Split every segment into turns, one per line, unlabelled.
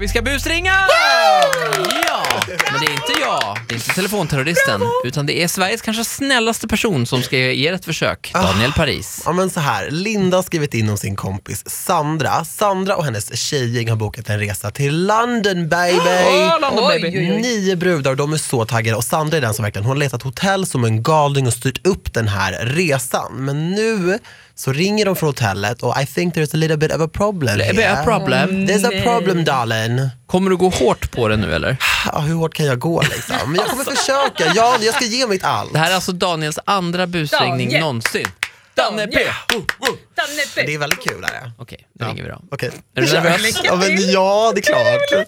Vi ska busringa! Ja, men det är inte jag, det är inte telefonterroristen, utan det är Sveriges kanske snällaste person som ska ge er ett försök, Daniel Paris.
Ja men så här, Linda har skrivit in om sin kompis Sandra. Sandra och hennes tjejgäng har bokat en resa till London baby.
Åh, London, baby.
Oj, oj, oj. Nio brudar och de är så taggade och Sandra är den som verkligen, hon har letat hotell som en galning och styrt upp den här resan. Men nu så ringer de från hotellet och I think there's a little bit of a problem
Little bit of a problem.
There's a problem darling.
Kommer du gå hårt på det nu eller?
Ja, hur hårt kan jag gå liksom? Men jag kommer försöka, ja, jag ska ge mitt allt.
Det här är alltså Daniels andra busringning
Daniel.
någonsin.
Danne P.
Men Det är väldigt kul. Är det?
Okej, nu ringer vi då.
Okej.
Är du nervös?
Ja, men ja, det är klart.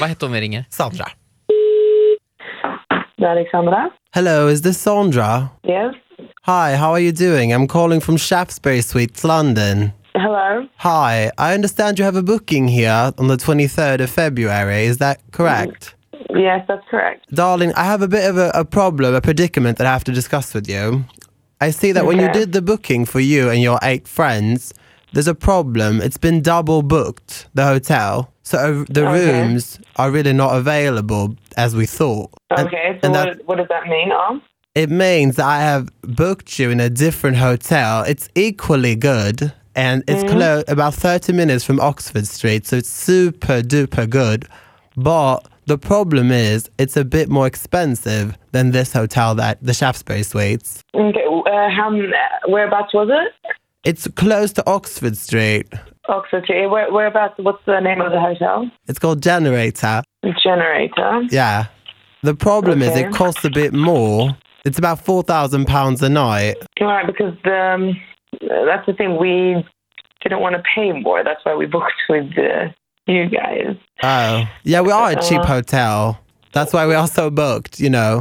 Vad hette hon vi ringer?
Sandra.
Det är Alexandra.
Hello, is this Sandra?
Yes.
Hi, how are you doing? I'm calling from Shaftesbury Suites, London.
Hello.
Hi, I understand you have a booking here on the 23rd of February. Is that correct?
Mm-hmm. Yes, that's correct.
Darling, I have a bit of a, a problem, a predicament that I have to discuss with you. I see that when you
Okay.
did the booking for you and your eight friends, there's a problem. It's been double booked, the hotel. So uh, the
Okay.
rooms are really not available as we thought. And-
Okay, so
and that-
what, what does that mean? Oh,
It means that I have booked you in a different hotel. It's equally good and it's
Mm.
close about 30 minutes from Oxford Street, so it's super duper good. But the problem is it's a bit more expensive than this hotel that the Shaftesbury Suites.
okay. Uh, how, m- uh, whereabouts was it?
It's close to Oxford Street.
Oxford Street. Where, whereabouts? What's the name of the hotel?
It's called Generator.
Generator.
Yeah. The problem is it
Okay.
costs a bit more. It's about £4,000 a night.
All right, because um, that's the thing. We didn't want to pay more. That's why we booked with uh, you guys.
Oh, yeah, we are a cheap
Uh,
hotel. That's why we are so booked, you know.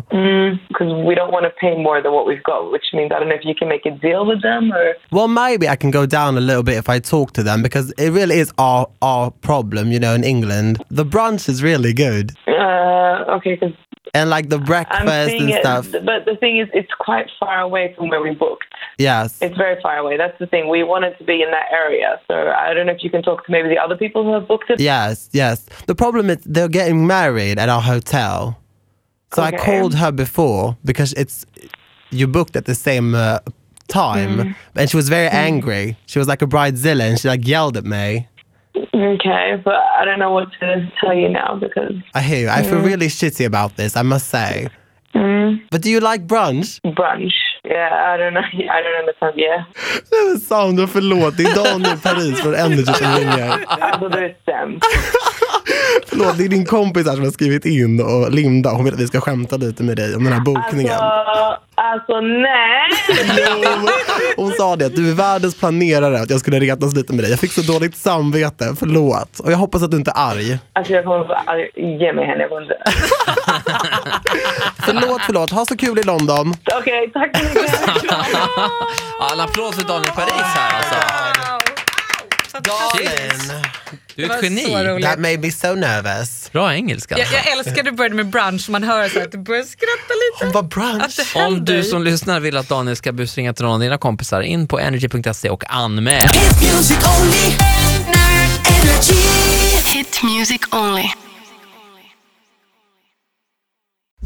Because Mm, we don't want to pay more than what we've got, which means I don't know if you can make a deal with them or.
Well, maybe I can go down a little bit if I talk to them because it really is our our problem, you know, in England. The brunch is really good
Uh, okay, 'cause
and like the
I'm
breakfast
seeing
and
it,
stuff.
but the thing is, it's quite far away from where we booked.
Yes.
It's very far away. That's the thing. We wanted to be in that area. So I don't know if you can talk to maybe the other people who have booked it.
Yes, yes. The problem is they're getting married at our hotel. So I
Okay.
called her before because it's you booked at the same uh, time
Hmm.
and she was very angry. She was like a bridezilla and she like yelled at me.
Okay, but I don't know what to tell you now because
I hear you. I feel
Hmm.
really shitty about this, I must say. But do you like brunch?
brunch. Yeah, I don't know. I don't understand. Yeah.
Sandra, förlåt. Det är Daniel Paris från Energy som ringer.
Alltså, det är sämst.
Förlåt, det är din kompis här som har skrivit in och Linda, hon vill att vi ska skämta lite med dig om den här bokningen.
Alltså, alltså nej!
Jo, Hon sa det, att du är världens planerare, att jag skulle retas lite med dig. Jag fick så dåligt samvete, förlåt. Och jag hoppas att du inte är arg.
Alltså jag kommer bara, ge mig henne. jag kommer inte-
Förlåt, förlåt. Ha så kul i London.
Okej, tack så mycket.
Ja, En applåd för Daniel Paris här alltså.
Darling,
Du är
var
ett
så
geni.
roligt.
that made me so nervous.
Bra engelska.
Jag, jag älskar att du började med brunch, man hör så här att du börjar skratta
Hon
lite.
var
Att
brunch.
det händer.
Om du som lyssnar vill att Daniel ska busringa till någon av dina kompisar, in på energy.se och anmäl.
Hit music only. Energy. Hit music only.